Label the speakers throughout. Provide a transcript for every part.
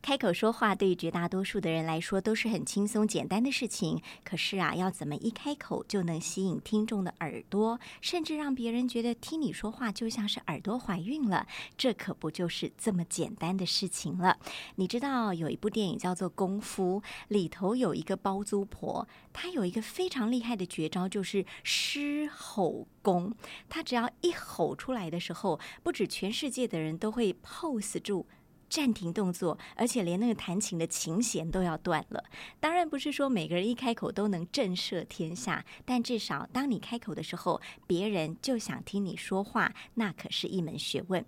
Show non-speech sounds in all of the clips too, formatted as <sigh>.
Speaker 1: 开口说话对于绝大多数的人来说都是很轻松简单的事情，可是啊，要怎么一开口就能吸引听众的耳朵，甚至让别人觉得听你说话就像是耳朵怀孕了，这可不就是这么简单的事情了？你知道有一部电影叫做《功夫》，里头有一个包租婆，她有一个非常厉害的绝招，就是狮吼功。她只要一吼出来的时候，不止全世界的人都会 pose 住。暂停动作，而且连那个弹琴的琴弦都要断了。当然不是说每个人一开口都能震慑天下，但至少当你开口的时候，别人就想听你说话，那可是一门学问。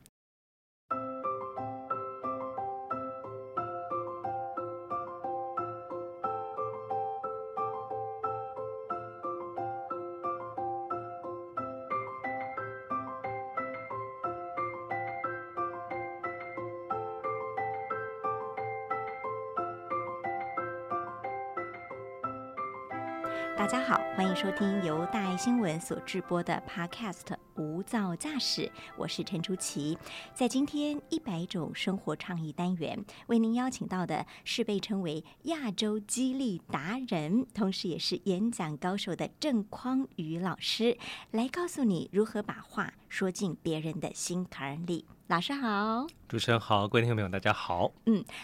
Speaker 1: 大家好，欢迎收听由大爱新闻所制播的 Podcast《无噪驾驶》，我是陈竹琪。在今天一百种生活倡议单元，为您邀请到的是被称为亚洲激励达人，同时也是演讲高手的郑匡宇老师，来告诉你如何把话说进别人的心坎里。老师好，
Speaker 2: 主持人好，各位听众朋友大家好。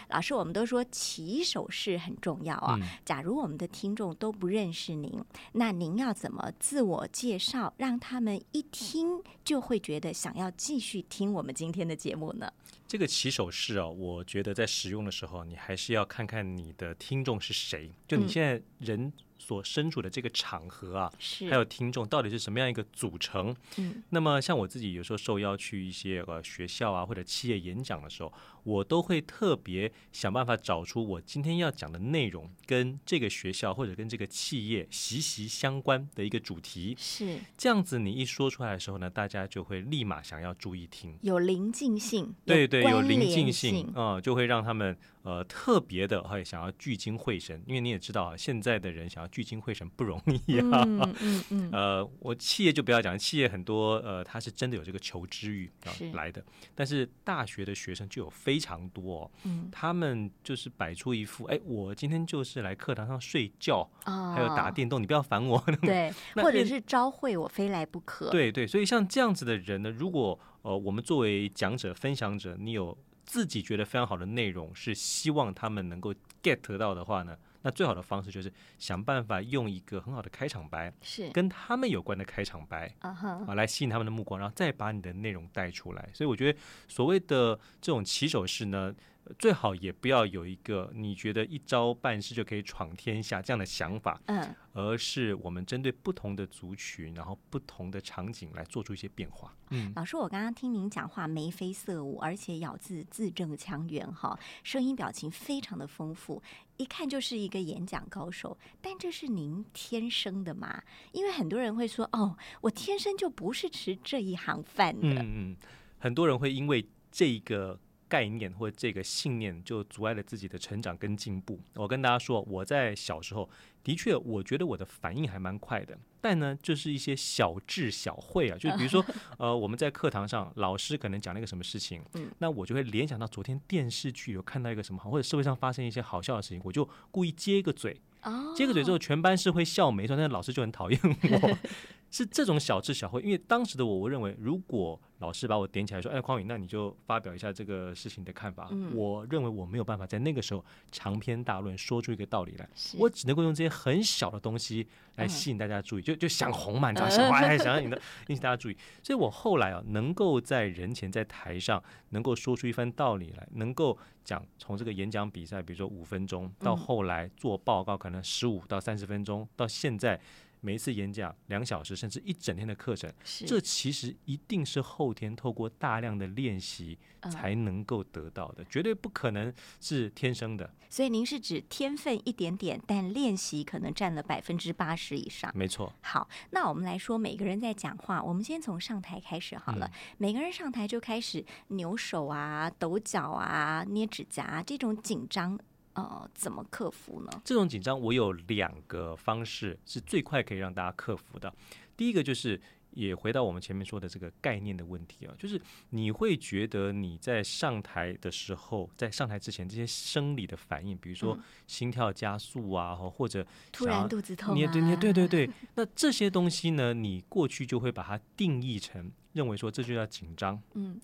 Speaker 1: 老师，我们都说起手式很重要啊。
Speaker 2: 嗯
Speaker 1: 假如我们的听众都不认识您，那您要怎么自我介绍，让他们一听就会觉得想要继续听我们今天的节目呢？
Speaker 2: 这个起手式啊，我觉得在使用的时候，你还是要看看你的听众是谁，就你
Speaker 1: 嗯
Speaker 2: 现在人所身处的这个场合啊，
Speaker 1: 是，
Speaker 2: 还有听众到底是什么样一个组成。
Speaker 1: 嗯
Speaker 2: 那么像我自己有时候受邀去一些呃学校啊或者企业演讲的时候，我都会特别想办法找出我今天要讲的内容跟这个学校或者跟这个企业息息相关的一个主题。
Speaker 1: 是
Speaker 2: 这样子你一说出来的时候呢，大家就会立马想要注意听。
Speaker 1: 有临近性，
Speaker 2: 对对，有
Speaker 1: 关
Speaker 2: 临
Speaker 1: 联
Speaker 2: 近
Speaker 1: 性
Speaker 2: 性，啊、就会让他们呃特别的会想要聚精会神，因为你也知道啊，现在的人想要聚精会神不容易啊。
Speaker 1: 嗯嗯嗯，
Speaker 2: <laughs> 呃，我企业就不要讲，企业很多呃，他是真的有这个求知欲啊
Speaker 1: 是
Speaker 2: 来的，但是大学的学生就有非常多、哦，
Speaker 1: 嗯
Speaker 2: 他们就是摆出一副，哎，我今天就是来课堂上睡觉，
Speaker 1: 哦，
Speaker 2: 啊还有打电动，你不要烦我。 <laughs>
Speaker 1: 对，
Speaker 2: 那
Speaker 1: 或者
Speaker 2: 面
Speaker 1: 是招会我非来不可，，
Speaker 2: 对对，所以像这样子的人呢，如果呃，我们作为讲者、分享者，你有自己觉得非常好的内容，是希望他们能够 get 到的话呢，那最好的方式就是想办法用一个很好的开场白，
Speaker 1: 是，
Speaker 2: 跟他们有关的开场白。
Speaker 1: 啊哈，
Speaker 2: 啊，来吸引他们的目光，然后再把你的内容带出来。所以我觉得所谓的这种起手式呢，呃最好也不要有一个你觉得一招半式就可以闯天下这样的想法，
Speaker 1: 嗯。
Speaker 2: 而是我们针对不同的族群，然后不同的场景来做出一些变化。嗯，
Speaker 1: 老师，我刚刚听您讲话眉飞色舞，而且咬字字正腔圆，哈，声音表情非常的丰富，一看就是一个演讲高手。但这是您天生的吗？因为很多人会说，哦，我天生就不是吃这一行饭的。
Speaker 2: 嗯嗯，很多人会因为这个概念或这个信念，就阻碍了自己的成长跟进步。我跟大家说，我在小时候的确，我觉得我的反应还蛮快的，但呢，就是一些小智小慧啊，就是比如说，呃，我们在课堂上，老师可能讲了一个什么事情，
Speaker 1: 嗯
Speaker 2: 那我就会联想到昨天电视剧有看到一个什么好，或者社会上发生一些好笑的事情，我就故意接一个嘴，
Speaker 1: 哦，
Speaker 2: 接个嘴之后，全班是会笑没错，但是老师就很讨厌我。 <laughs> 是这种小智小慧，因为当时的我，我认为如果老师把我点起来说：“哎，匡宇，那你就发表一下这个事情的看法。
Speaker 1: 嗯
Speaker 2: 我认为我没有办法在那个时候长篇大论说出一个道理来，
Speaker 1: 是
Speaker 2: 我只能够用这些很小的东西
Speaker 1: 嗯
Speaker 2: 来吸引大家注意，就就想红嘛，你知道，
Speaker 1: <laughs>
Speaker 2: 想哎，想让你的引起大家注意。所以我后来啊，能够在人前在台上能够说出一番道理来，能够讲从这个演讲比赛，比如说五分钟，到
Speaker 1: 嗯
Speaker 2: 后来做报告可能十五到三十分钟，到现在。每一次演讲两小时，甚至一整天的课程，
Speaker 1: 是
Speaker 2: 这其实一定是后天透过大量的练习
Speaker 1: 嗯
Speaker 2: 才能够得到的，绝对不可能是天生的。
Speaker 1: 所以您是指天分一点点，但练习可能占了百分之八十以上。
Speaker 2: 没错，
Speaker 1: 好，那我们来说每个人在讲话，我们先从上台开始好了。
Speaker 2: 嗯
Speaker 1: 每个人上台就开始扭手啊、抖脚啊、捏指甲、啊、这种紧张，呃，怎么克服呢？
Speaker 2: 这种紧张，我有两个方式是最快可以让大家克服的。第一个就是也回到我们前面说的这个概念的问题啊，就是你会觉得你在上台的时候，在上台之前这些生理的反应，比如说
Speaker 1: 嗯
Speaker 2: 心跳加速啊，或或者
Speaker 1: 突
Speaker 2: 想要
Speaker 1: 然肚子痛、啊，
Speaker 2: 你也对，你也对对对。那这些东西呢，你过去就会把它定义成认为说这就叫紧张。
Speaker 1: 嗯，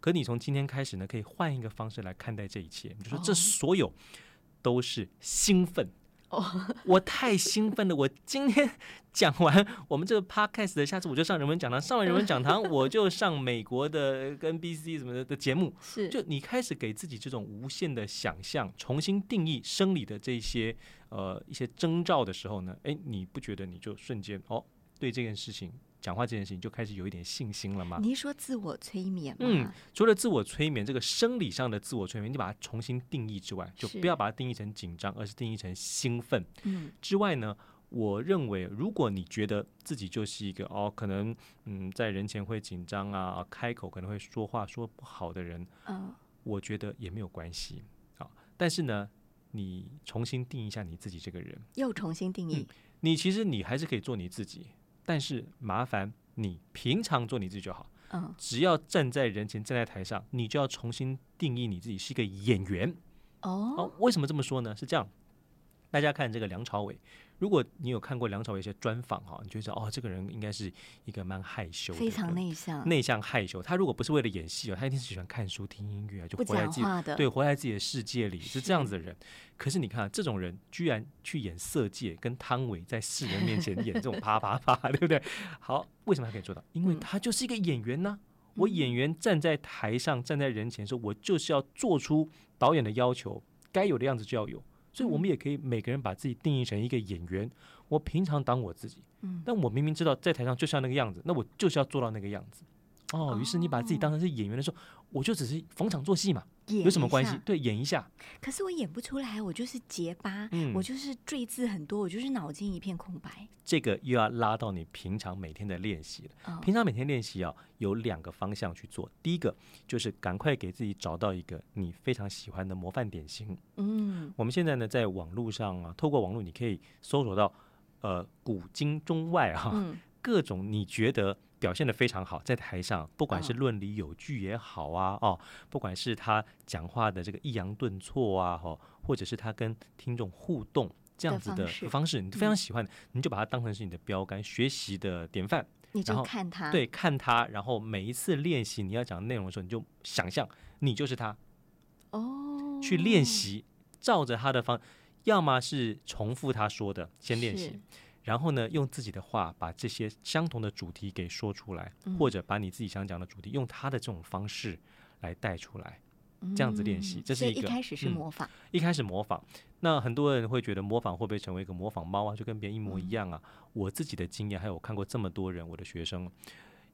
Speaker 2: 可你从今天开始呢，可以换一个方式来看待这一切，你就说
Speaker 1: 哦
Speaker 2: 这所有都是兴奋。
Speaker 1: 哦，
Speaker 2: <laughs> 我太兴奋了！我今天讲完我们这个 podcast 的，下次我就上人文讲堂，上完人文
Speaker 1: <laughs>
Speaker 2: 讲堂，我就上美国的跟 NBC 什么的的节目。
Speaker 1: 是，
Speaker 2: 就你开始给自己这种无限的想象，重新定义生理的这些呃一些征兆的时候呢，哎，你不觉得你就瞬间哦，对这件事情讲话这件事情就开始有一点信心了吗？
Speaker 1: 你是说自我催眠吗？
Speaker 2: 嗯，除了自我催眠这个生理上的自我催眠，你把它重新定义之外，就是不要把它定义成紧张，而是定义成兴奋。
Speaker 1: 嗯
Speaker 2: 之外呢，我认为如果你觉得自己就是一个哦，可能嗯在人前会紧张啊，啊开口可能会说话说不好的人，
Speaker 1: 嗯
Speaker 2: 我觉得也没有关系啊。但是呢，你重新定义一下你自己这个人，
Speaker 1: 又重新定义，
Speaker 2: 你其实你还是可以做你自己，但是麻烦你平常做你自己就好。
Speaker 1: 嗯，
Speaker 2: 只要站在人前，站在台上，你就要重新定义你自己是一个演员。
Speaker 1: 哦，
Speaker 2: 哦，为什么这么说呢？是这样，大家看这个梁朝伟，如果你有看过梁朝伟一些专访哈，你就知道哦，这个人应该是一个蛮害羞的
Speaker 1: 非
Speaker 2: 人，
Speaker 1: 常内向，
Speaker 2: 内向害羞。他如果不是为了演戏哦，他一定是喜欢看书、听音乐啊，就
Speaker 1: 不
Speaker 2: 活在
Speaker 1: 讲
Speaker 2: 自己
Speaker 1: 话的，
Speaker 2: 对活在自己的世界里，是这样
Speaker 1: 是
Speaker 2: 子的人。可是你看、啊，这种人居然去演色戒，跟汤唯在世人面前演这种啪啪 <laughs> 啪，对不对？好，为什么他可以做到？因为
Speaker 1: 嗯
Speaker 2: 他就是一个演员呢、我演员站在台上，站在人前说，我就是要做出导演的要求，该有的样子就要有。所以，我
Speaker 1: 嗯
Speaker 2: 们也可以每个人把自己定义成一个演员。我平常当我自己，
Speaker 1: 嗯
Speaker 2: 但我明明知道在台上就是要那个样子，那我就是要做到那个样子。哦，于是你把自己当成是演员的时候，我就只是逢场作戏嘛，
Speaker 1: 演
Speaker 2: 有什么
Speaker 1: 一
Speaker 2: 关系
Speaker 1: 下？
Speaker 2: 对，演一下。
Speaker 1: 可是我演不出来，我就是结巴，
Speaker 2: 嗯
Speaker 1: 我就是赘字很多，我就是脑筋一片空白。
Speaker 2: 这个又要拉到你平常每天的练习了。
Speaker 1: 嗯
Speaker 2: 平常每天练习啊，有两个方向去做。第一个就是赶快给自己找到一个你非常喜欢的模范典型。
Speaker 1: 嗯，
Speaker 2: 我们现在呢，在网络上啊，透过网络你可以搜索到呃古今中外啊、
Speaker 1: 嗯
Speaker 2: 各种你觉得表现的非常好，在台上，不管是
Speaker 1: 嗯
Speaker 2: 论理有据也好啊，哦，不管是他讲话的这个抑扬顿挫啊，哦，或者是他跟听众互动这样
Speaker 1: 的
Speaker 2: 子
Speaker 1: 方
Speaker 2: 的
Speaker 1: 式嗯
Speaker 2: 方式，你非常喜欢，你就把它当成是你的标杆，学习的典范。
Speaker 1: 你
Speaker 2: 然
Speaker 1: 就
Speaker 2: 后
Speaker 1: 看他，
Speaker 2: 对，看他，然后每一次练习你要讲的内容的时候，你就想象你就是他，
Speaker 1: 哦，
Speaker 2: 去练习，照着他的方，要么是重复他说的先练习
Speaker 1: 是，
Speaker 2: 然后呢用自己的话把这些相同的主题给说出来，
Speaker 1: 嗯
Speaker 2: 或者把你自己想讲的主题用他的这种方式来带出来。这样子练习
Speaker 1: 嗯
Speaker 2: 这是
Speaker 1: 所以
Speaker 2: 一个
Speaker 1: 开始是
Speaker 2: 嗯
Speaker 1: 模仿，
Speaker 2: 一开始模仿，那很多人会觉得模仿会不会成为一个模仿猫啊，就跟别人一模一样啊？
Speaker 1: 嗯
Speaker 2: 我自己的经验，还有我看过这么多人，我的学生，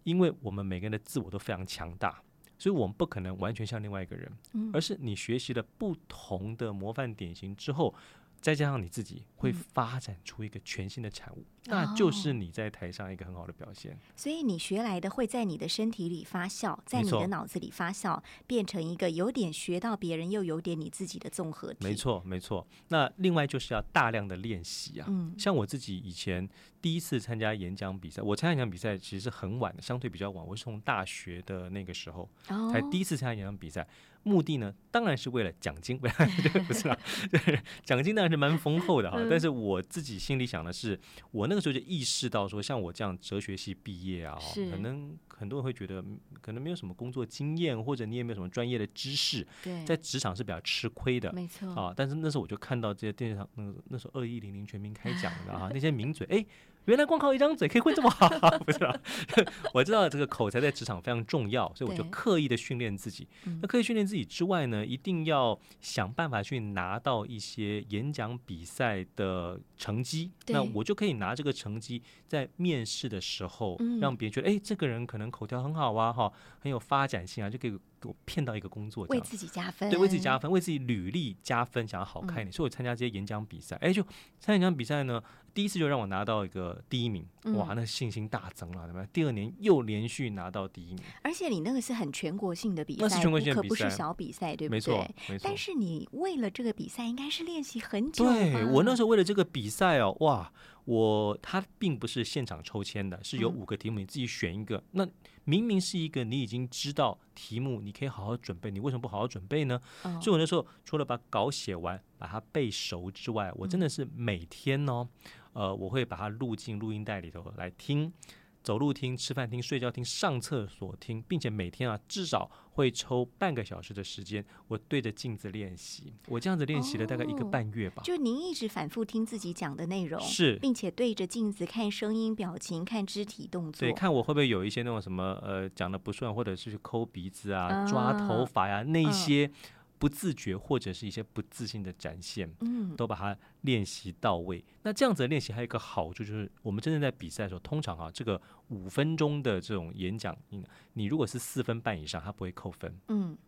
Speaker 2: 因为我们每个人的自我都非常强大，所以我们不可能完全像另外一个人，
Speaker 1: 嗯
Speaker 2: 而是你学习了不同的模范典型之后。再加上你自己会
Speaker 1: 嗯哦
Speaker 2: 发展出一个全新的产物，那就是你在台上一个很好的表现。
Speaker 1: 所以你学来的会在你的身体里发酵，在
Speaker 2: 没
Speaker 1: 你
Speaker 2: 错
Speaker 1: 的脑子里发酵，变成一个有点学到别人又有点你自己的综合体。
Speaker 2: 没，错，没错。那另外就是要大量的练习啊。
Speaker 1: 嗯
Speaker 2: 像我自己以前第一次参加演讲比赛，我参加演讲比赛其实是很晚的，相对比较晚，我是从大学的那个时候
Speaker 1: 哦
Speaker 2: 才，第一次参加演讲比赛。目的呢，当然是为了奖
Speaker 1: <laughs>
Speaker 2: 金，不 <laughs> 是不是啦，就是奖金当然是蛮丰厚的哈。
Speaker 1: 嗯
Speaker 2: 但是我自己心里想的是，我那个时候就意识到说，像我这样哲学系毕业啊，
Speaker 1: 是
Speaker 2: 可能很多人会觉得，嗯可能没有什么工作经验，或者你也没有什么专业的知识，
Speaker 1: 对，
Speaker 2: 在职场是比较吃亏的。
Speaker 1: 没错，
Speaker 2: 啊，但是那时候我就看到这些电视上，那个那时候二一零零全民开讲的啊，那些名嘴，哎，原来光靠一张嘴可以会这么好， <laughs> 不是啊？我知道这个口才在职场非常重要，所以我就
Speaker 1: 对嗯
Speaker 2: 刻意的训练自己。那刻意训练自己之外呢，一定要想办法去拿到一些演讲比赛的成绩，那
Speaker 1: 对
Speaker 2: 我就可以拿这个成绩在面试的时候，
Speaker 1: 嗯
Speaker 2: 让别人觉得，哎，这个人可能口条很好啊，哈，很有发展性啊，就可以给我骗到一个工作这
Speaker 1: 为
Speaker 2: 样。
Speaker 1: 自己加分，
Speaker 2: 对，为自己加分，为自己履历加分，想要好看一点。
Speaker 1: 嗯
Speaker 2: 所以我参加这些演讲比赛，哎，就参加演讲比赛呢，第一次就让我拿到一个第一名，哇，
Speaker 1: 嗯
Speaker 2: 那信心大增了，对吧？第二年又连续拿到第一名，
Speaker 1: 而且你那个是很全国性的比赛，
Speaker 2: 那是全国性的
Speaker 1: 不可
Speaker 2: 比
Speaker 1: 不是
Speaker 2: 赛
Speaker 1: 小比赛，对不对？
Speaker 2: 没错，没错
Speaker 1: 但。是你为了这个比赛，应该是练习很久吧。嗯
Speaker 2: 对我那时候为了这个比赛哦，哇，我它并不是现场抽签的，是
Speaker 1: 嗯
Speaker 2: 有五个题目，你自己选一个。那明明是一个你已经知道题目，你可以好好准备，你为什么不好好准备呢？
Speaker 1: 哦
Speaker 2: 所以我那时候除了把稿写完，把它背熟之外，我
Speaker 1: 嗯
Speaker 2: 真的是每天哦，呃，我会把它录进录音带里头来听，走路听、吃饭听、睡觉听、上厕所听，并且每天啊至少会抽半个小时的时间，我对着镜子练习。我这样子练习了大概一个
Speaker 1: 哦
Speaker 2: 半月吧。
Speaker 1: 就您一直反复听自己讲的内容，
Speaker 2: 是，
Speaker 1: 并且对着镜子看声音、表情、看肢体动作
Speaker 2: 对，，看我会不会有一些那种什么呃讲的不顺，或者是去抠鼻子啊、抓头
Speaker 1: 啊
Speaker 2: 发呀、那一
Speaker 1: 嗯
Speaker 2: 些不自觉或者是一些不自信的展现，
Speaker 1: 嗯，
Speaker 2: 都把它练习到位。那这样子的练习还有一个好处就是，我们真正在比赛的时候，通常啊这个五分钟的这种演讲，你你如果是四分半以上，它不会扣分；
Speaker 1: 嗯，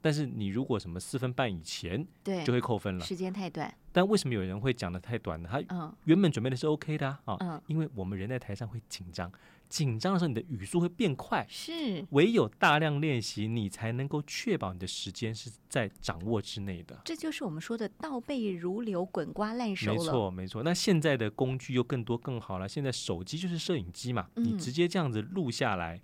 Speaker 2: 但是你如果什么四分半以前，
Speaker 1: 对
Speaker 2: 就，会扣分了。
Speaker 1: 时间太短，
Speaker 2: 但为什么有人会讲的太短呢？他
Speaker 1: 嗯
Speaker 2: 原本准备的是 OK 的啊，啊
Speaker 1: 嗯，
Speaker 2: 因为我们人在台上会紧张，紧张的时候你的语速会变快，
Speaker 1: 是。
Speaker 2: 唯有大量练习，你才能够确保你的时间是在掌握之内的。
Speaker 1: 这就是我们说的倒背如流、滚瓜烂熟
Speaker 2: 没
Speaker 1: 了。
Speaker 2: 错，没错。那现在的工具又更多更好了，现在手机就是摄影机嘛，
Speaker 1: 嗯
Speaker 2: 你直接这样子录下来，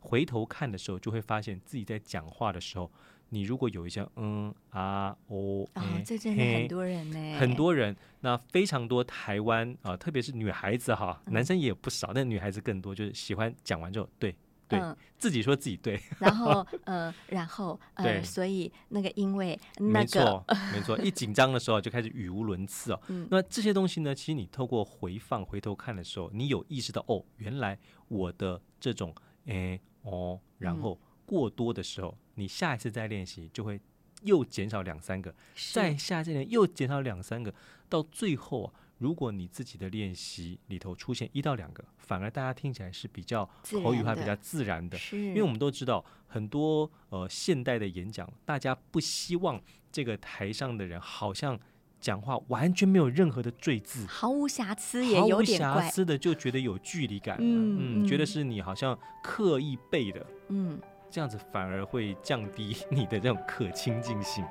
Speaker 2: 回头看的时候就会发现自己在讲话的时候，你如果有一些嗯啊哦，
Speaker 1: 啊、
Speaker 2: 诶
Speaker 1: 这真的很
Speaker 2: 嘿
Speaker 1: 多哎人呢，
Speaker 2: 很多人，那非常多台湾啊、特别是女孩子哈，
Speaker 1: 嗯
Speaker 2: 男生也有不少，但女孩子更多，就是喜欢讲完之后，对对
Speaker 1: 嗯，
Speaker 2: 自己说自己对，
Speaker 1: 然
Speaker 2: <laughs>
Speaker 1: 后呃，然后呃，
Speaker 2: 对
Speaker 1: 所以那个因为那
Speaker 2: 没
Speaker 1: 个 <laughs>
Speaker 2: 错没错，一紧张的时候就开始语无伦次哦。
Speaker 1: 嗯
Speaker 2: 那这些东西呢，其实你透过回放回头看的时候，你有意识到哦，原来我的这种诶哦，然
Speaker 1: 嗯
Speaker 2: 后过多的时候，你下一次再练习就会又减少两三个，
Speaker 1: 是
Speaker 2: 再下这年又减少两三个，到最后啊，如果你自己的练习里头出现一到两个，反而大家听起来是比较
Speaker 1: 自
Speaker 2: 口语
Speaker 1: 然
Speaker 2: 化、
Speaker 1: 的
Speaker 2: 比较自然的。
Speaker 1: 是，
Speaker 2: 因为我们都知道，很多呃现代的演讲，大家不希望这个台上的人好像讲话完全没有任何的赘字，
Speaker 1: 毫无瑕疵也
Speaker 2: 毫
Speaker 1: 有
Speaker 2: 无
Speaker 1: 点
Speaker 2: 瑕
Speaker 1: 怪，
Speaker 2: 疵的就觉得有距离感了，
Speaker 1: 嗯
Speaker 2: 嗯觉得
Speaker 1: 嗯
Speaker 2: 是你好像刻意背的，
Speaker 1: 嗯，
Speaker 2: 这样子反而会降低 <laughs> 你的这种可亲近性。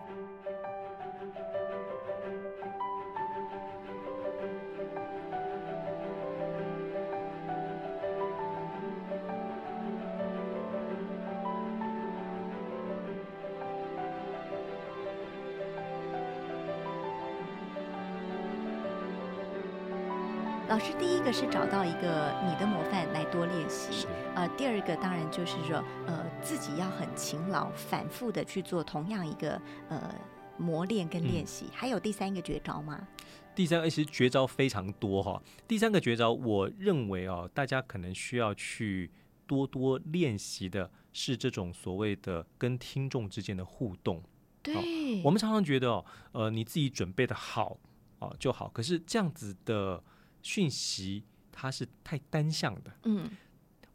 Speaker 1: 老师第一个是找到一个你的模范来多练习，呃，第二个当然就是说，呃，自己要很勤劳，反复的去做同样一个呃磨练跟练习。
Speaker 2: 嗯
Speaker 1: 还有第三个绝招吗？
Speaker 2: 第三个其实绝招非常多哈、第三个绝招，我认为哦，大家可能需要去多多练习的是这种所谓的跟听众之间的互动。
Speaker 1: 对
Speaker 2: 我们常常觉得哦，呃，你自己准备的好哦就好，可是这样子的讯息它是太单向的。
Speaker 1: 嗯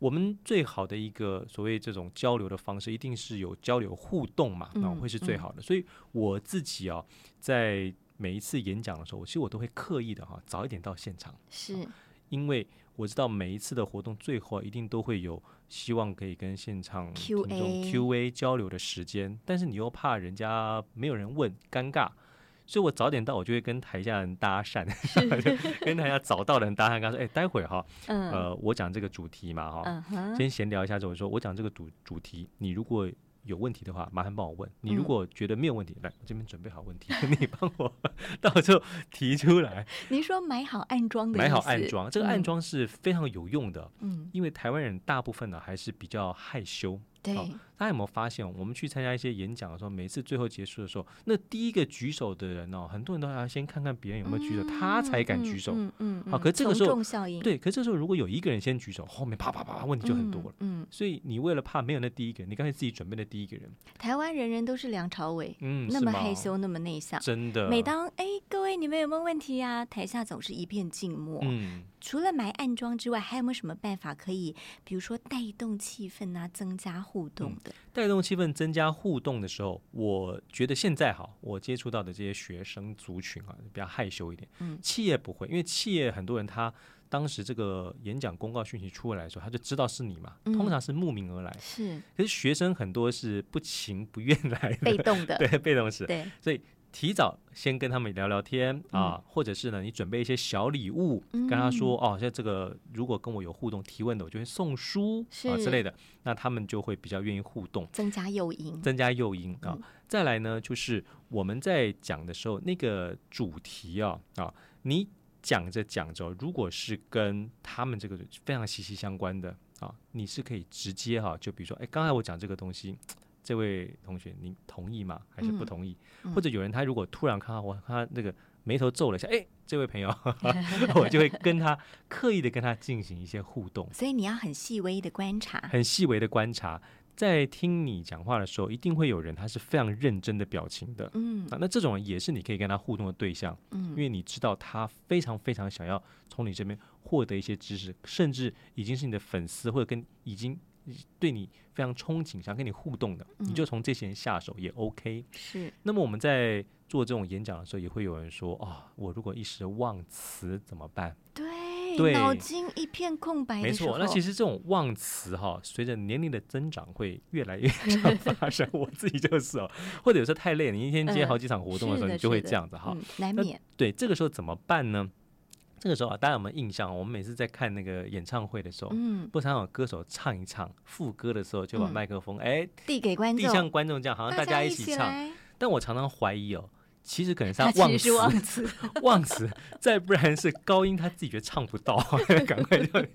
Speaker 2: 我们最好的一个所谓这种交流的方式，一定是有交流互动嘛，
Speaker 1: 嗯
Speaker 2: 那、会是最好的。所以我自己啊，在每一次演讲的时候，我其实我都会刻意的哈、早一点到现场，
Speaker 1: 是
Speaker 2: 因为我知道每一次的活动最后一定都会有希望可以跟现场听
Speaker 1: Q&A
Speaker 2: 众 Q&A 交流的时间，但是你又怕人家没有人问，尴尬。所以我早点到，我就会跟台下人搭讪， <laughs> 跟台下早到的人搭讪，跟他说：“哎、待会儿哈，
Speaker 1: 嗯、
Speaker 2: 呃，我讲这个主题嘛，哈、
Speaker 1: 嗯哼
Speaker 2: 先闲聊一下之后，我说我讲这个主主题，你如果有问题的话，麻烦帮我问。你如
Speaker 1: 嗯
Speaker 2: 果觉得没有问题，来我这边准备好问题， <laughs> 你帮我到时候提出来，
Speaker 1: 您说买好暗装的
Speaker 2: 买好
Speaker 1: 意思
Speaker 2: 暗，装。这个暗
Speaker 1: 嗯
Speaker 2: 装是非常有用的，
Speaker 1: 嗯，
Speaker 2: 因为台湾人大部分呢还是比较害羞。
Speaker 1: 对，
Speaker 2: 好大家有没有发现，我们去参加一些演讲的时候，每次最后结束的时候，那第一个举手的人哦，很多人都还要先看看别人有没有举手，他才敢举手。
Speaker 1: 嗯嗯，嗯
Speaker 2: 好可是这个
Speaker 1: 从
Speaker 2: 时候
Speaker 1: 众效应
Speaker 2: 对，可这时候如果有一个人先举手，后面啪啪啪问题就很多了。
Speaker 1: 嗯。嗯，
Speaker 2: 所以你为了怕没有那第一个人，你刚才自己准备的第一个人，
Speaker 1: 台湾人人都是梁朝伟，
Speaker 2: 嗯，
Speaker 1: 那
Speaker 2: 是
Speaker 1: 么
Speaker 2: 吗
Speaker 1: 害，羞，那么内向。
Speaker 2: 真的。
Speaker 1: 每当哎，各位你们有没有问题呀、台下总是一片静默。
Speaker 2: 嗯，
Speaker 1: 除了埋暗装之外，还有没有什么办法可以，比如说带动气氛啊，增加
Speaker 2: 嗯
Speaker 1: 互动的？
Speaker 2: 带动气氛、增加互动的时候，我觉得现在好，我接触到的这些学生族群啊，比较害羞一点。
Speaker 1: 嗯
Speaker 2: 企业不会，因为企业很多人他当时这个演讲公告讯息出来的时候，他就知道是你嘛，
Speaker 1: 嗯
Speaker 2: 通常是慕名而来。
Speaker 1: 是
Speaker 2: 可是学生很多是不情不愿来
Speaker 1: 被
Speaker 2: 的，
Speaker 1: 动的，
Speaker 2: <laughs> 对，被动式。
Speaker 1: 对，
Speaker 2: 所以提早先跟他们聊聊天啊，或者是呢，你准备一些小礼物，跟他
Speaker 1: 嗯
Speaker 2: 说哦，像这个如果跟我有互动提问的，我就会送书啊
Speaker 1: 是
Speaker 2: 之类的，那他们就会比较愿意互动，
Speaker 1: 增加诱因，
Speaker 2: 增加诱因
Speaker 1: 嗯
Speaker 2: 啊。再来呢，就是我们在讲的时候，那个主题啊啊，你讲着讲着，如果是跟他们这个非常息息相关的啊，你是可以直接哈、就比如说，哎，刚才我讲这个东西。这位同学，你同意吗？还是
Speaker 1: 嗯
Speaker 2: 不同意？
Speaker 1: 嗯
Speaker 2: 或者有人他如果突然看到我，他那个眉头皱了一下，哎，这位朋友， <laughs> 我就会跟他刻意的跟他进行一些互动。
Speaker 1: 所以你要很细微的观察，
Speaker 2: 很细微的观察，在听你讲话的时候，一定会有人他是非常认真的表情的。
Speaker 1: 嗯
Speaker 2: 啊，那这种人也是你可以跟他互动的对象，因
Speaker 1: 嗯，
Speaker 2: 为你知道他非常非常想要从你这边获得一些知识，甚至已经是你的粉丝，或者跟已经对你非常憧憬，想跟你互动的，你
Speaker 1: 嗯
Speaker 2: 就从这些人下手也 OK。
Speaker 1: 是
Speaker 2: 那么我们在做这种演讲的时候，也会有人说啊、我如果一时忘词怎么办？
Speaker 1: 对，
Speaker 2: 对
Speaker 1: 脑筋一片空白
Speaker 2: 没
Speaker 1: 的时
Speaker 2: 错，
Speaker 1: 候，
Speaker 2: 那其实这种忘词哈，随着年龄的增长会越
Speaker 1: <laughs>
Speaker 2: 来越常发生。我自己就是哦，或者有时候太累了，你一天接
Speaker 1: 嗯
Speaker 2: 好几场活动的时
Speaker 1: 是
Speaker 2: 候，
Speaker 1: 的
Speaker 2: 你就会
Speaker 1: 是的
Speaker 2: 这样子哈。
Speaker 1: 嗯，难
Speaker 2: 那
Speaker 1: 免
Speaker 2: 对，这个时候怎么办呢？这个时候啊，大家有没有印象？我们每次在看那个演唱会的时候，
Speaker 1: 嗯，
Speaker 2: 不常有歌手唱一唱副歌的时候，就把
Speaker 1: 嗯
Speaker 2: 麦克风哎
Speaker 1: 递给观
Speaker 2: 递
Speaker 1: 众，
Speaker 2: 向观众，这样好像大
Speaker 1: 家
Speaker 2: 一
Speaker 1: 一
Speaker 2: 起
Speaker 1: 起
Speaker 2: 唱。
Speaker 1: 来，
Speaker 2: 但我常常怀疑哦，其实可能是
Speaker 1: 他
Speaker 2: 忘
Speaker 1: 其实是
Speaker 2: 词
Speaker 1: 忘词，
Speaker 2: <laughs> 忘词，再不然是高音他自己觉得唱不到， <laughs> 赶快就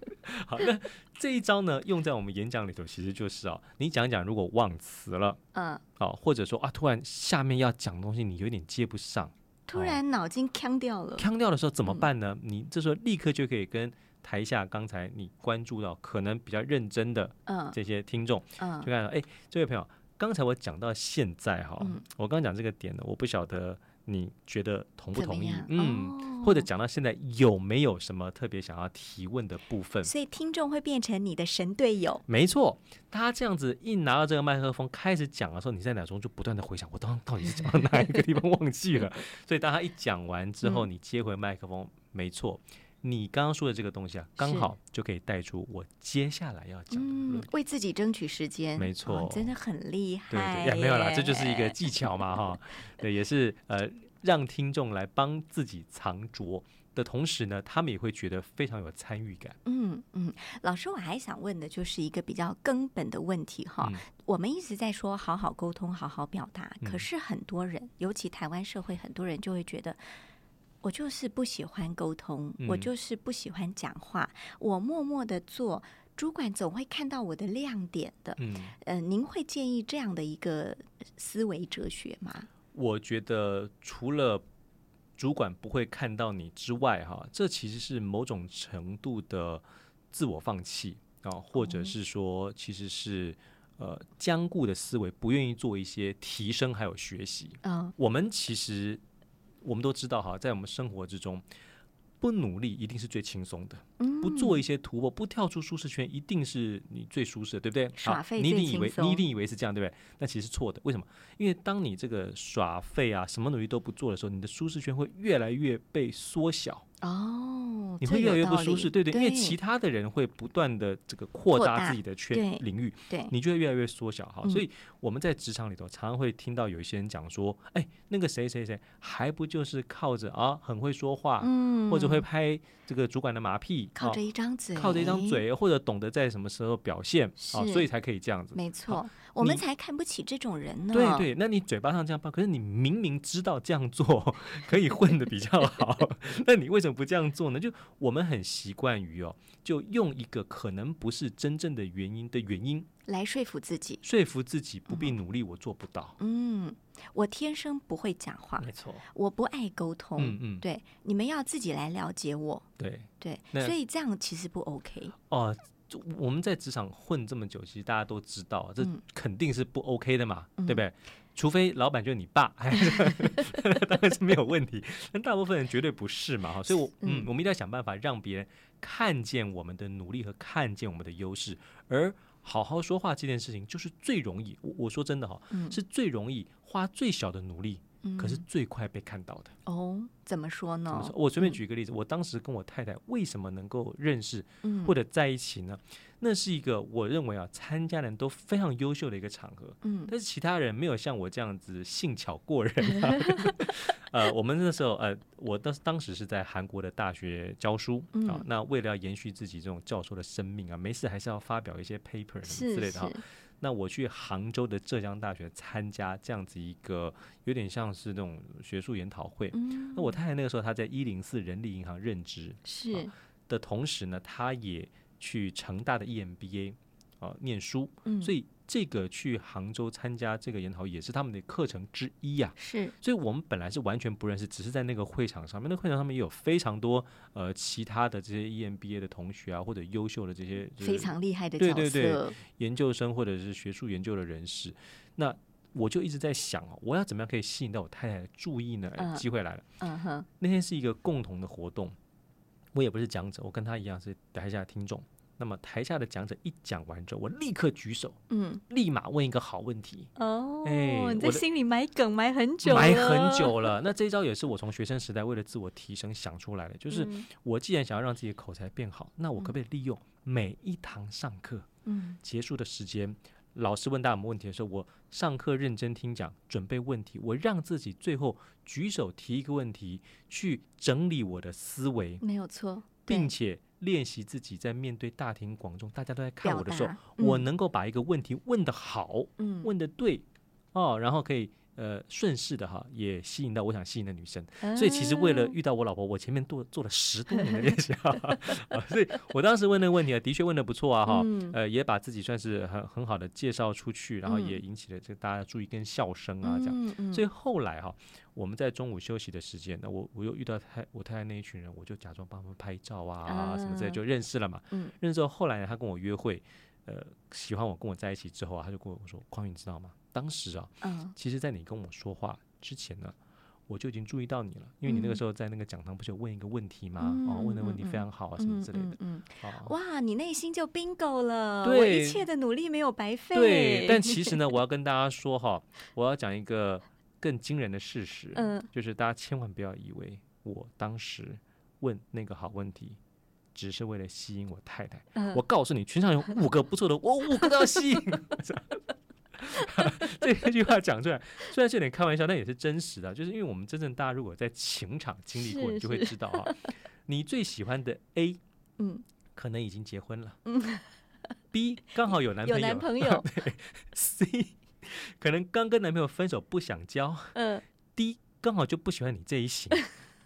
Speaker 2: 好。那这一招呢，用在我们演讲里头，其实就是啊，你讲一讲，如果忘词了
Speaker 1: 嗯，
Speaker 2: 啊，或者说啊，突然下面要讲的东西你有点接不上，
Speaker 1: 突然脑筋呛掉了，
Speaker 2: 腔调的时候
Speaker 1: 嗯
Speaker 2: 怎么办呢？你这时候立刻就可以跟台下刚才你关注到可能比较认真的
Speaker 1: 嗯
Speaker 2: 这些听众，就
Speaker 1: 嗯，
Speaker 2: 看到哎，这位朋友，刚才我讲到现在哈，
Speaker 1: 嗯
Speaker 2: 我刚讲这个点呢，我不晓得你觉得同不
Speaker 1: 怎么
Speaker 2: 同意
Speaker 1: 样？
Speaker 2: 嗯。
Speaker 1: 哦
Speaker 2: 或者讲到现在有没有什么特别想要提问的部分？
Speaker 1: 所以听众会变成你的神队友，
Speaker 2: 没错，他这样子一拿到这个麦克风开始讲的时候，你在脑中就不断的回想，我当到底是讲到哪一个地方忘
Speaker 1: <laughs>
Speaker 2: 记了。所以当他一讲完之
Speaker 1: 嗯
Speaker 2: 后，你接回麦克风，没错，你刚刚说的这个东西啊，刚好就可以带出我接下来要讲的论
Speaker 1: 嗯
Speaker 2: 点。，
Speaker 1: 为自己争取时间，
Speaker 2: 没
Speaker 1: 哦
Speaker 2: 错
Speaker 1: 真的很厉害
Speaker 2: 对
Speaker 1: 耶，
Speaker 2: 对，也没有啦，这就是一个技巧嘛，哈，对，也是呃，让听众来帮自己藏拙的同时呢，他们也会觉得非常有参与感。
Speaker 1: 嗯嗯，老师，我还想问的就是一个比较根本的问题哈。
Speaker 2: 嗯
Speaker 1: 我们一直在说好好沟通，好好表达，可
Speaker 2: 嗯
Speaker 1: 是很多人，尤其台湾社会，很多人就会觉得。我就是不喜欢沟通，我
Speaker 2: 嗯
Speaker 1: 就是不喜欢讲话，我默默的做，主管总会看到我的亮点的。
Speaker 2: 嗯。
Speaker 1: 呃，您会建议这样的一个思维哲学吗？
Speaker 2: 我觉得除了主管不会看到你之外，哈，这其实是某种程度的自我放弃啊，或者是说其实是呃僵固的思维，不愿意做一些提升还有学习。
Speaker 1: 嗯
Speaker 2: 我们其实我们都知道哈，在我们生活之中。不努力一定是最轻松的，
Speaker 1: 嗯，
Speaker 2: 不做一些突破，不跳出舒适圈，一定是你最舒适的，对不对？
Speaker 1: 耍
Speaker 2: 好
Speaker 1: 废
Speaker 2: 你一
Speaker 1: 最
Speaker 2: 定以为
Speaker 1: 轻
Speaker 2: 你一
Speaker 1: 松
Speaker 2: 定以为是这样，对不对？那其实是错的。为什么？因为当你这个耍废啊，什么努力都不做的时候，你的舒适圈会越来越被缩小，
Speaker 1: 哦，
Speaker 2: 你
Speaker 1: 这
Speaker 2: 会越
Speaker 1: 有
Speaker 2: 来越不
Speaker 1: 道
Speaker 2: 舒
Speaker 1: 理
Speaker 2: 适，对对，因为其他的人会不断的这个扩
Speaker 1: 扩
Speaker 2: 大
Speaker 1: 大
Speaker 2: 自己的圈
Speaker 1: 对
Speaker 2: 领域，
Speaker 1: 对
Speaker 2: 你就会越来越缩小哈。
Speaker 1: 嗯
Speaker 2: 所以我们在职场里头常常会听到有一些人讲说，哎，那个谁谁谁还不就是靠着啊很会说话，
Speaker 1: 嗯，
Speaker 2: 或者会拍这个主管的马屁，
Speaker 1: 靠
Speaker 2: 啊
Speaker 1: 着一张嘴，
Speaker 2: 靠着一张，嘴，或者懂得在什么时候表现啊，
Speaker 1: 是
Speaker 2: 所以才可以这样子。
Speaker 1: 没错，我们
Speaker 2: 你
Speaker 1: 才看不起这种人呢。
Speaker 2: 对对，那你嘴巴上这样报，可是你明明知道这样做 <laughs> 可以混得比较好， <laughs> 那你为什么不这样做呢？就我们很习惯于哦，就用一个可能不是真正的原因的原因
Speaker 1: 来说服自己，
Speaker 2: 说服自己不必努力，我做不到。
Speaker 1: 嗯，我天生不会讲话，
Speaker 2: 没错，
Speaker 1: 我不爱沟通，
Speaker 2: 嗯嗯，
Speaker 1: 对，你们要自己来了解我，
Speaker 2: 对
Speaker 1: 对，
Speaker 2: 那
Speaker 1: 所以这样其实不
Speaker 2: <laughs>
Speaker 1: OK，
Speaker 2: 哦。就我们在职场混这么久，其实大家都知道，这
Speaker 1: 嗯
Speaker 2: 肯定是不 OK 的嘛，
Speaker 1: 嗯
Speaker 2: 对不对？除非老板就是你
Speaker 1: <laughs>
Speaker 2: 爸，当然是没有问题。但大部分人绝对不是嘛，哈，所以我
Speaker 1: 嗯，
Speaker 2: 嗯我们一定要想办法让别人看见我们的努力和看见我们的优势，而好好说话这件事情就是最容易。我我说真的哈，
Speaker 1: 嗯
Speaker 2: 是最容易花最小的努力
Speaker 1: 嗯
Speaker 2: 可是最快被看到的。
Speaker 1: 哦，怎么说
Speaker 2: 怎么
Speaker 1: 呢
Speaker 2: 说？？我随便举一个例子，我当时跟我太太为什么能够认识
Speaker 1: 嗯，
Speaker 2: 或者在一起呢？那是一个我认为啊，参加人都非常优秀的一个场合，
Speaker 1: 嗯
Speaker 2: 但是其他人没有像我这样子性巧过人、
Speaker 1: <laughs>
Speaker 2: 啊。呃，我们那时候呃，我当当时是在韩国的大学教书啊、
Speaker 1: 嗯
Speaker 2: 那为了要延续自己这种教授的生命啊，没事还是要发表一些 paper 什么
Speaker 1: 是
Speaker 2: 之类
Speaker 1: 是
Speaker 2: 的哈、啊那我去杭州的浙江大学参加这样子一个有点像是那种学术研讨会。
Speaker 1: 嗯，
Speaker 2: 那我啊太太那个时候她在一零四人力银行任职
Speaker 1: 是
Speaker 2: 的同时呢，她也去成大的 E EMBA 啊、念书，
Speaker 1: 嗯，
Speaker 2: 所
Speaker 1: 以
Speaker 2: 以这个去杭州参加这个研讨也是他们的课程之一呀、
Speaker 1: 是
Speaker 2: 所以我们本来是完全不认识，只是在那个会场上面，那个会场上面也有非常多呃其他的这些 E EMBA 的同学啊，或者优秀的这些就是
Speaker 1: 非常厉害的
Speaker 2: 对
Speaker 1: 角
Speaker 2: 对对
Speaker 1: 色，
Speaker 2: 研究生或者是学术研究的人士。那我就一直在想哦，我要怎么样可以吸引到我太太的注意呢？哎
Speaker 1: 嗯
Speaker 2: 机会来了，
Speaker 1: 嗯哼，
Speaker 2: 那天是一个共同的活动，我也不是讲者，我跟他一样是台下的听众。那么台下的讲者一讲完之后，我立刻举手，
Speaker 1: 嗯，
Speaker 2: 立马问一个好问题，
Speaker 1: 哦，
Speaker 2: 哎
Speaker 1: 你在
Speaker 2: 我的
Speaker 1: 心里埋梗埋很久，
Speaker 2: 埋很，久了。那这一招也是我从学生时代为了自我提升想出来的，就是
Speaker 1: 嗯
Speaker 2: 我既然想要让自己的口才变好，那我可不可以利用每一堂上课
Speaker 1: 嗯
Speaker 2: 结束的时间，老师问大家什么问题的时候，我上课认真听讲，准备问题，我让自己最后举手提一个问题，去整理我的思维，
Speaker 1: 没有错，
Speaker 2: 并
Speaker 1: 对
Speaker 2: 且练习自己在面对大庭广众，大家都在看
Speaker 1: 表
Speaker 2: 我的时候
Speaker 1: 达，
Speaker 2: 我
Speaker 1: 嗯
Speaker 2: 能够把一个问题问得好，
Speaker 1: 嗯
Speaker 2: 问得对，哦，然后可以。呃，顺势的哈，也吸引到我想吸引的女生，所以其实为了
Speaker 1: 嗯
Speaker 2: 遇到我老婆，我前面做做了十多年的
Speaker 1: <laughs>
Speaker 2: 练习哈哈、啊，所以我当时问那个问题啊，的确问的不错啊哈，
Speaker 1: 嗯
Speaker 2: 呃，也把自己算是很很好的介绍出去，然后也
Speaker 1: 嗯
Speaker 2: 引起了这大家的注意跟笑声啊，这样。
Speaker 1: 嗯嗯
Speaker 2: 所以后来哈、我们在中午休息的时间，那我我又遇到太我太太那一群人，我就假装帮他们拍照啊什么之类，
Speaker 1: 啊
Speaker 2: 就认识了嘛。
Speaker 1: 嗯
Speaker 2: 认识之后，后来呢，他跟我约会，呃，喜欢我跟我在一起之后啊，他就跟我说：“匡宇，你知道吗？当时啊，
Speaker 1: 嗯
Speaker 2: 其实在你跟我说话之前呢。”我就已经注意到你了，因为你那个
Speaker 1: 嗯
Speaker 2: 时候在那个讲堂不是有问一个问题吗？
Speaker 1: 嗯
Speaker 2: 哦，问的
Speaker 1: 嗯
Speaker 2: 问题
Speaker 1: 嗯
Speaker 2: 非常好啊，什么
Speaker 1: 嗯
Speaker 2: 之类的。
Speaker 1: 嗯嗯
Speaker 2: 啊
Speaker 1: 哇，你内心就 bingo 了，我
Speaker 2: 对
Speaker 1: 一切的努力没有白费，
Speaker 2: 对，但其实呢，我要跟大家说哈，我要讲一个更惊人的事实，
Speaker 1: 嗯
Speaker 2: 就是大家千万不要以为我当时问那个好问题。只是为了吸引我太太，
Speaker 1: <laughs> 嗯
Speaker 2: 我告诉你，群上有五个不错的，我五个都要吸引。 <laughs> 这句话讲出来，虽然是有点开玩笑，但也是真实的。就是因为我们真正大家如果在情场经历过，
Speaker 1: 是
Speaker 2: 你就会
Speaker 1: 是
Speaker 2: 知道哈，你最喜欢的 A
Speaker 1: 嗯
Speaker 2: 可能已经结婚了、b 刚好有男
Speaker 1: 有
Speaker 2: 朋
Speaker 1: 男
Speaker 2: 友，
Speaker 1: 朋
Speaker 2: <laughs>
Speaker 1: 友，
Speaker 2: C <laughs> 可能刚跟男朋友分手不想交
Speaker 1: 嗯
Speaker 2: ，D 刚好就不喜欢你这
Speaker 1: <laughs>
Speaker 2: 一型。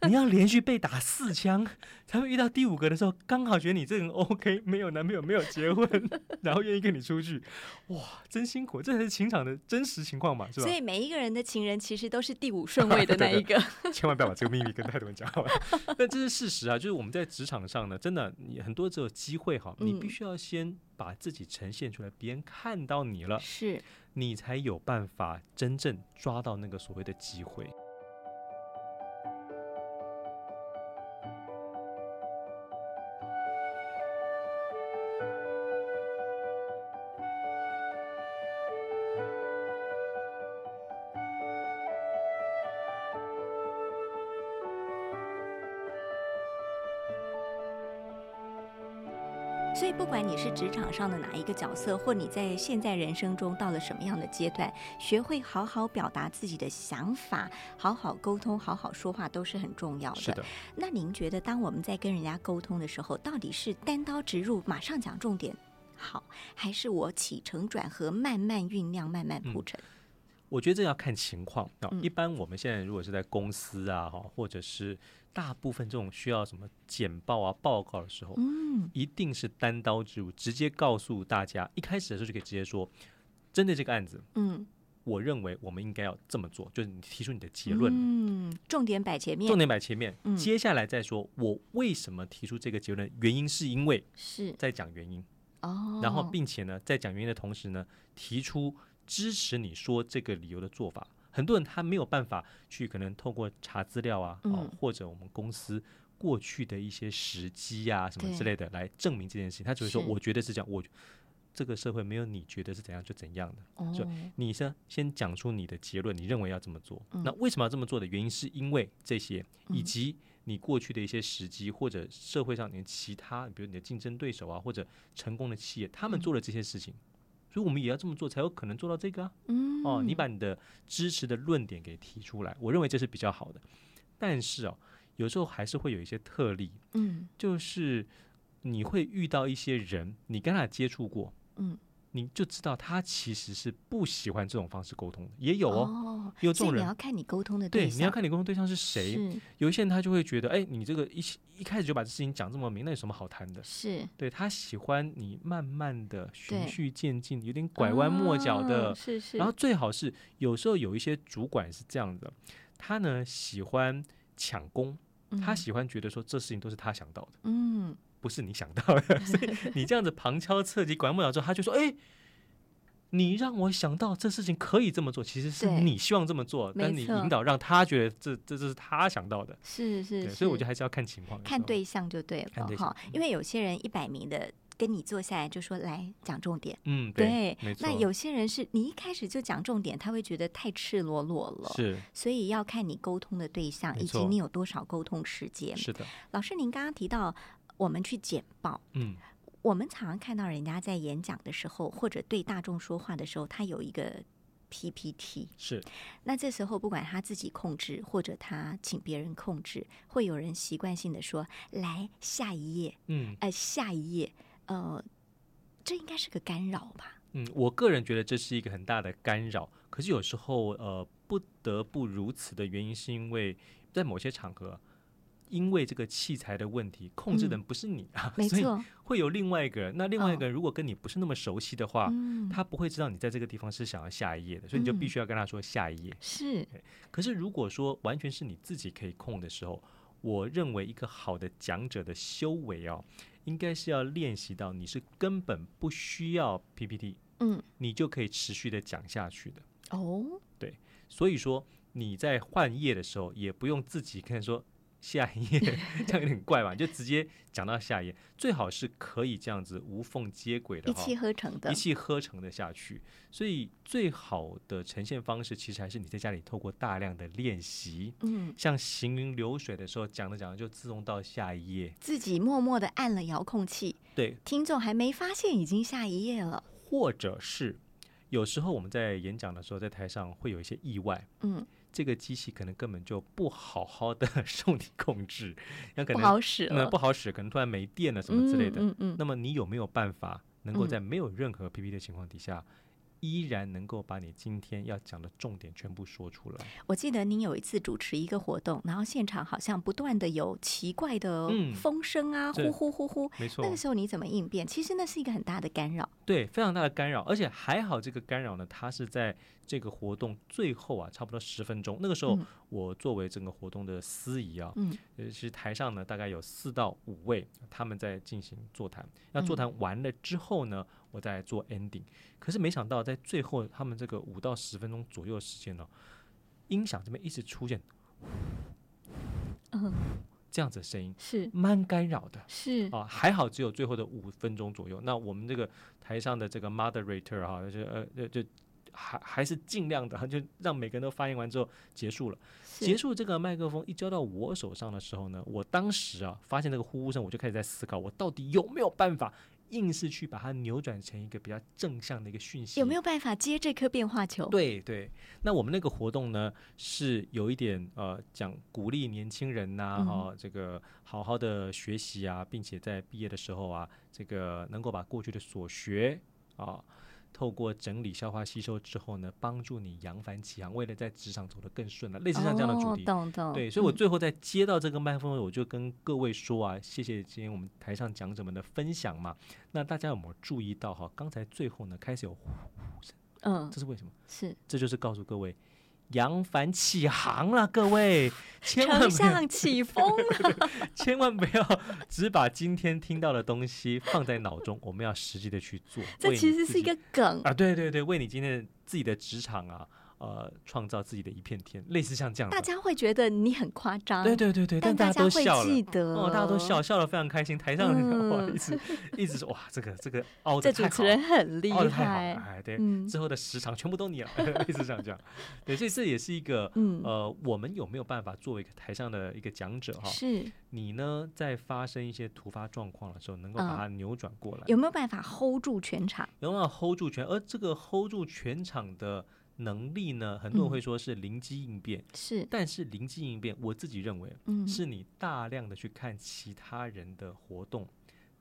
Speaker 2: 你要连续被打四枪，才会遇到第五个的时候，刚好觉得你这个人 OK，没有男朋友，没有结婚， <laughs> 然后愿意跟你出去，哇，真辛苦，这才是情场的真实情况嘛，是吧
Speaker 1: 所？以每一个人的情人其实都是第
Speaker 2: <laughs>
Speaker 1: 五顺位的那一个， <laughs>
Speaker 2: 千万不要把这个秘密跟太多人讲好了。 <laughs> 但这是事实啊，就是我们在职场上呢，真的你很多只有机会哈，你必
Speaker 1: 嗯
Speaker 2: 须要先把自己呈现出来，别人看到你了，
Speaker 1: 是
Speaker 2: 你才有办法真正抓到那个所谓的机会。
Speaker 1: 所以，不管你是职场上的哪一个角色，或你在现在人生中到了什么样的阶段，学会好好表达自己的想法，好好沟通，好好说话都是很重要的。
Speaker 2: 是的，
Speaker 1: 那您觉得，当我们在跟人家沟通的时候，到底是单刀直入，马上讲重点好，还是我起承转合，慢慢酝酿，慢慢
Speaker 2: 嗯
Speaker 1: 铺陈？
Speaker 2: 我觉得这要看情况啊。
Speaker 1: 嗯
Speaker 2: 一般我们现在如果是在公司啊，哈，或者是大部分这种需要什么简报啊、报告的时候，
Speaker 1: 嗯
Speaker 2: 一定是单刀直入，直接告诉大家，一开始的时候就可以直接说，针对这个案子，
Speaker 1: 嗯，
Speaker 2: 我认为我们应该要这么做，就是你提出你的结论。
Speaker 1: 嗯，重点摆前面，
Speaker 2: 重点摆前面，
Speaker 1: 嗯
Speaker 2: 接下来再说我为什么提出这个结论，原因是因为
Speaker 1: 是
Speaker 2: 再讲原因，
Speaker 1: 哦，
Speaker 2: 然后并且呢，在讲原因的同时呢，提出支持你说这个理由的做法。很多人他没有办法去可能透过查资料啊，哦
Speaker 1: 嗯
Speaker 2: 或者我们公司过去的一些时机啊什么之类的来证明这件事情，他只会说
Speaker 1: 是
Speaker 2: 我觉得是这样，我这个社会没有你觉得是怎样就怎样的。
Speaker 1: 哦
Speaker 2: 就你先先讲出你的结论，你认为要这么做。那为什么要这么做的原因，是因为这些，以及你过去的一些时机，或者社会上你的其他，比如你的竞争对手啊，或者成功的企业，他们做了这些事情，所以我们也要这么做，才有可能做到这个啊。
Speaker 1: 嗯
Speaker 2: 哦，你把你的支持的论点给提出来，我认为这是比较好的。但是哦，有时候还是会有一些特例，
Speaker 1: 嗯
Speaker 2: 就是你会遇到一些人，你跟他接触过，
Speaker 1: 嗯，
Speaker 2: 你就知道他其实是不喜欢这种方式沟通的，也有哦，
Speaker 1: 哦，
Speaker 2: 有这
Speaker 1: 所以
Speaker 2: 种
Speaker 1: 你
Speaker 2: 人。
Speaker 1: 要看你沟通的
Speaker 2: 对，
Speaker 1: 象，
Speaker 2: 你要看你沟通对象是谁。
Speaker 1: 是
Speaker 2: 有一些人他就会觉得，哎，你这个一起一开始就把这事情讲这么明，那有什么好谈的？
Speaker 1: 是
Speaker 2: 对他喜欢你慢慢的循
Speaker 1: 对
Speaker 2: 序渐进，有点拐弯抹角的，
Speaker 1: 哦是是，
Speaker 2: 然后最好是有时候有一些主管是这样的，他呢喜欢抢功，他
Speaker 1: 嗯
Speaker 2: 喜欢觉得说这事情都是他想到的，
Speaker 1: 嗯
Speaker 2: 不是你想到的， <laughs> 所以
Speaker 1: <laughs>
Speaker 2: 你这样子旁敲侧击、拐弯抹角之后，他就说：“哎，你让我想到这事情可以这么做，其实是
Speaker 1: 对
Speaker 2: 你希望这么做，
Speaker 1: 没
Speaker 2: 但你
Speaker 1: 错
Speaker 2: 引导让他觉得这这这是他想到的。”
Speaker 1: 是是
Speaker 2: 对，
Speaker 1: 是，
Speaker 2: 所以我觉得还是要看情况，有
Speaker 1: 看
Speaker 2: 时候
Speaker 1: 对象就对了
Speaker 2: 看对嗯
Speaker 1: 哈，因为有些人一百名的跟你坐下来就说来讲重点，
Speaker 2: 嗯，
Speaker 1: 对
Speaker 2: 对，没错，
Speaker 1: 那有些人是你一开始就讲重点，他会觉得太赤裸裸了，
Speaker 2: 是
Speaker 1: 所以要看你沟通的对象
Speaker 2: 没
Speaker 1: 以及
Speaker 2: 错
Speaker 1: 你有多少沟通时间。
Speaker 2: 是的，
Speaker 1: 老师，您刚刚提到我们去简报。
Speaker 2: 嗯，
Speaker 1: 我们常常看到人家在演讲的时候，或者对大众说话的时候，他有一个 PPT。
Speaker 2: 是
Speaker 1: 那这时候，不管他自己控制，或者他请别人控制，会有人习惯性的说：“来，下一页，
Speaker 2: 嗯
Speaker 1: 呃，下一页，呃，这应该是个干扰吧？
Speaker 2: 嗯，我个人觉得这是一个很大的干扰。可是有时候，呃，不得不如此的原因，是因为在某些场合，因为这个器材的问题，控制的人不是你啊，
Speaker 1: 嗯没
Speaker 2: 所以
Speaker 1: 错，
Speaker 2: 会有另外一个人。那另外一
Speaker 1: 哦
Speaker 2: 个人如果跟你不是那么熟悉的话，
Speaker 1: 嗯，
Speaker 2: 啊他不会知道你在这个地方是想要下一页的，所以你就必须要跟他说下一页。
Speaker 1: 是
Speaker 2: 可是如果说完全是你自己可以控的时候，我认为一个好的讲者的修为哦，应该是要练习到你是根本不需要 PPT，
Speaker 1: 嗯，
Speaker 2: 你就可以持续的讲下去的。
Speaker 1: 哦，
Speaker 2: 所以说你在换页的时候，也不用自己看说下一
Speaker 1: <laughs>
Speaker 2: 页，这样有点怪吧？你就直接讲到下一页，最好是可以这样子无缝接轨的
Speaker 1: 一
Speaker 2: 哈、
Speaker 1: 气呵成的
Speaker 2: 一，气呵成的下去。所以最好的呈现方式，其实还是你在家里透过大量的练习，
Speaker 1: 嗯，
Speaker 2: 像行云流水的时候，讲着讲着就自动到下一页。
Speaker 1: 自己默默的按了遥控器，
Speaker 2: 对，
Speaker 1: 听众还没发现已经下一页了，
Speaker 2: 或者是有时候我们在演讲的时候，在台上会有一些意外，
Speaker 1: 嗯，
Speaker 2: 这个机器可能根本就不好好的 <laughs> 受你控制，那可
Speaker 1: 不
Speaker 2: 能
Speaker 1: 好使
Speaker 2: 那
Speaker 1: 了，
Speaker 2: 不好使，可能突然没电了什么之类的。
Speaker 1: 嗯嗯
Speaker 2: 那么你有没有办法能够
Speaker 1: 嗯
Speaker 2: 在没有任何 PPT 的情况底下，依然能够把你今天要讲的重点全部说出来？
Speaker 1: 我记得您有一次主持一个活动，然后现场好像不断的有奇怪的
Speaker 2: 嗯
Speaker 1: 风声啊，
Speaker 2: 对
Speaker 1: 呼呼呼呼。
Speaker 2: 没错
Speaker 1: 那，个时候你怎么应变？其实那是一个很大的干扰。
Speaker 2: 对，非常大的干扰，而且还好这个干扰呢，它是在这个活动最后啊，差不多十分钟。那个时候
Speaker 1: 嗯，
Speaker 2: 我作为整个活动的司仪啊，
Speaker 1: 嗯，
Speaker 2: 呃，是台上呢大概有四到五位，他们在进行座谈。那座
Speaker 1: 嗯
Speaker 2: 谈完了之后呢，我再做 ending。可是没想到在最后他们这个五到十分钟左右的时间呢、音响这边一直出现
Speaker 1: 嗯，
Speaker 2: 这样子的声音，
Speaker 1: 是
Speaker 2: 蛮干扰的。
Speaker 1: 是，
Speaker 2: 啊，还好只有最后的五分钟左右。那我们这个台上的这个 moderator 哈、就是呃呃就还还是尽量的，就让每个人都发言完之后结束了。
Speaker 1: 是
Speaker 2: 结束这个麦克风一交到我手上的时候呢，我当时啊发现那个呼呼声，我就开始在思考，我到底有没有办法硬是去把它扭转成一个比较正向的一个讯息？
Speaker 1: 有没有办法接这颗变化球？
Speaker 2: 对对，那我们那个活动呢，是有一点呃，讲鼓励年轻人呐、
Speaker 1: 嗯
Speaker 2: 哦，这个好好的学习啊，并且在毕业的时候啊，这个能够把过去的所学啊，透过整理、消化、吸收之后呢，帮助你扬帆起航，为了在职场走得更顺了，类似像这样的主
Speaker 1: 哦
Speaker 2: 题。
Speaker 1: 懂懂。
Speaker 2: 对，所以我
Speaker 1: 嗯
Speaker 2: 最后在接到这个麦克风的时候，我就跟各位说啊，谢谢今天我们台上讲者们的分享嘛。那大家有没有注意到哈？刚才最后呢，开始有，
Speaker 1: 嗯
Speaker 2: 这是为什么？
Speaker 1: 是
Speaker 2: 这就是告诉各位，扬帆起航了，各位，千万
Speaker 1: 丞
Speaker 2: 不要，
Speaker 1: 相起
Speaker 2: <laughs>
Speaker 1: 风了，
Speaker 2: 千万不要只把今天听到的东西放在脑中，我们要实际的去做。
Speaker 1: 这
Speaker 2: 为
Speaker 1: 其
Speaker 2: 你
Speaker 1: 实
Speaker 2: 自
Speaker 1: 是一
Speaker 2: 己
Speaker 1: 个梗。
Speaker 2: 啊，对对对，为你今天自己的职场啊，呃创造自己的一片天，类似像这样的
Speaker 1: 大。家会觉得你很夸张，
Speaker 2: 对对对对，但
Speaker 1: 但大
Speaker 2: 家都
Speaker 1: 会
Speaker 2: 笑了
Speaker 1: 记。得
Speaker 2: 哦，大家都笑，笑得非常开心。台上的人 <laughs> 哇，
Speaker 1: 嗯
Speaker 2: 一直一直说哇，这个这个凹
Speaker 1: 这
Speaker 2: 的
Speaker 1: 主
Speaker 2: 太
Speaker 1: 持
Speaker 2: 好
Speaker 1: 人
Speaker 2: 了，
Speaker 1: 很厉
Speaker 2: 凹的太好了，
Speaker 1: 害，
Speaker 2: 哎，对，
Speaker 1: 嗯
Speaker 2: 之后的时长全部都你了， <laughs> 类似像这样。对，所以这也是一个
Speaker 1: 嗯，
Speaker 2: 呃，我们有没有办法作为一个台上的一个讲者哈？
Speaker 1: 是
Speaker 2: 你呢，在发生一些突发状况的时候，能够把
Speaker 1: 嗯
Speaker 2: 它扭转过来，
Speaker 1: 有没有办法 hold 住全场？
Speaker 2: 有没有 hold 住全？而这个 hold 住全场的能力呢，很多人
Speaker 1: 嗯
Speaker 2: 会说是灵机应变，
Speaker 1: 是，
Speaker 2: 但是灵机应变，我自己认为
Speaker 1: 嗯，
Speaker 2: 是你大量的去看其他人的活动，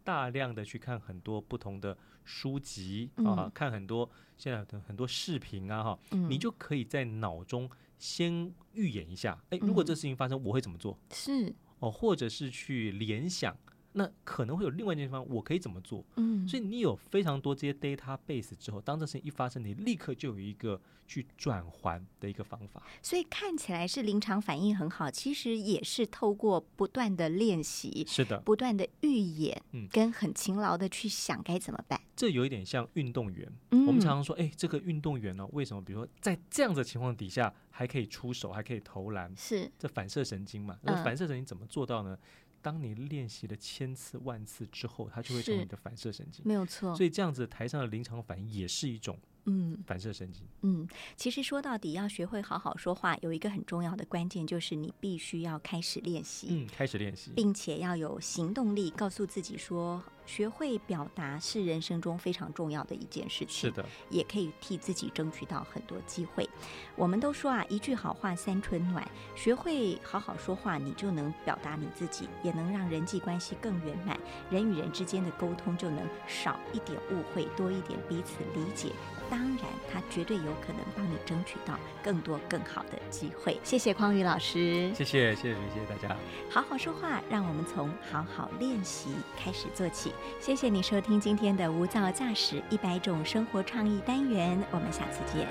Speaker 2: 大量的去看很多不同的书籍啊，
Speaker 1: 嗯
Speaker 2: 看很多现在的很多视频啊，哈，
Speaker 1: 嗯，
Speaker 2: 你就可以在脑中先预演一下，哎，如果这
Speaker 1: 嗯
Speaker 2: 事情发生，我会怎么做？
Speaker 1: 是，
Speaker 2: 哦，或者是去联想，那可能会有另外一件方，我可以怎么做？
Speaker 1: 嗯，
Speaker 2: 所以你有非常多这些 database 之后，当这事情一发生，你立刻就有一个去转环的一个方法。
Speaker 1: 所以看起来是临场反应很好，其实也是透过不断的练习、
Speaker 2: 是的，
Speaker 1: 不断的预演，
Speaker 2: 嗯
Speaker 1: 跟很勤劳的去想该怎么办。
Speaker 2: 这有一点像运动员。
Speaker 1: 嗯，
Speaker 2: 我们常常说，哎，这个运动员呢、为什么比如说在这样的情况底下还可以出手，还可以投篮？
Speaker 1: 嗯是
Speaker 2: 这反射神经嘛，那
Speaker 1: 嗯
Speaker 2: 反射神经怎么做到呢？当你练习了千次万次之后，它就会成为
Speaker 1: 是哦
Speaker 2: 你的反射神经。
Speaker 1: 没有错
Speaker 2: 所，以这样子台上的临场反应也是一种
Speaker 1: 嗯。
Speaker 2: 反射神经。
Speaker 1: 嗯，其实说到底，要学会好好说话，有一个很重要的关键就是你必须要开始练习，
Speaker 2: 嗯，开始练习。
Speaker 1: 并且要有行动力，告诉自己说，学会表达是人生中非常重要的一件事情。
Speaker 2: 是的，
Speaker 1: 也可以替自己争取到很多机会。我们都说啊，一句好话三春暖，学会好好说话，你就能表达你自己，也能让人际关系更圆满，人与人之间的沟通就能少一点误会，多一点彼此理解。当然，它绝对有可能帮你争取到更多更好的机会。谢谢匡宇老师，
Speaker 2: 谢谢，谢谢，谢谢大家。
Speaker 1: 好好说话，让我们从好好练习开始做起。谢谢你收听今天的无噪驾驶一百种生活创意单元，我们下次见。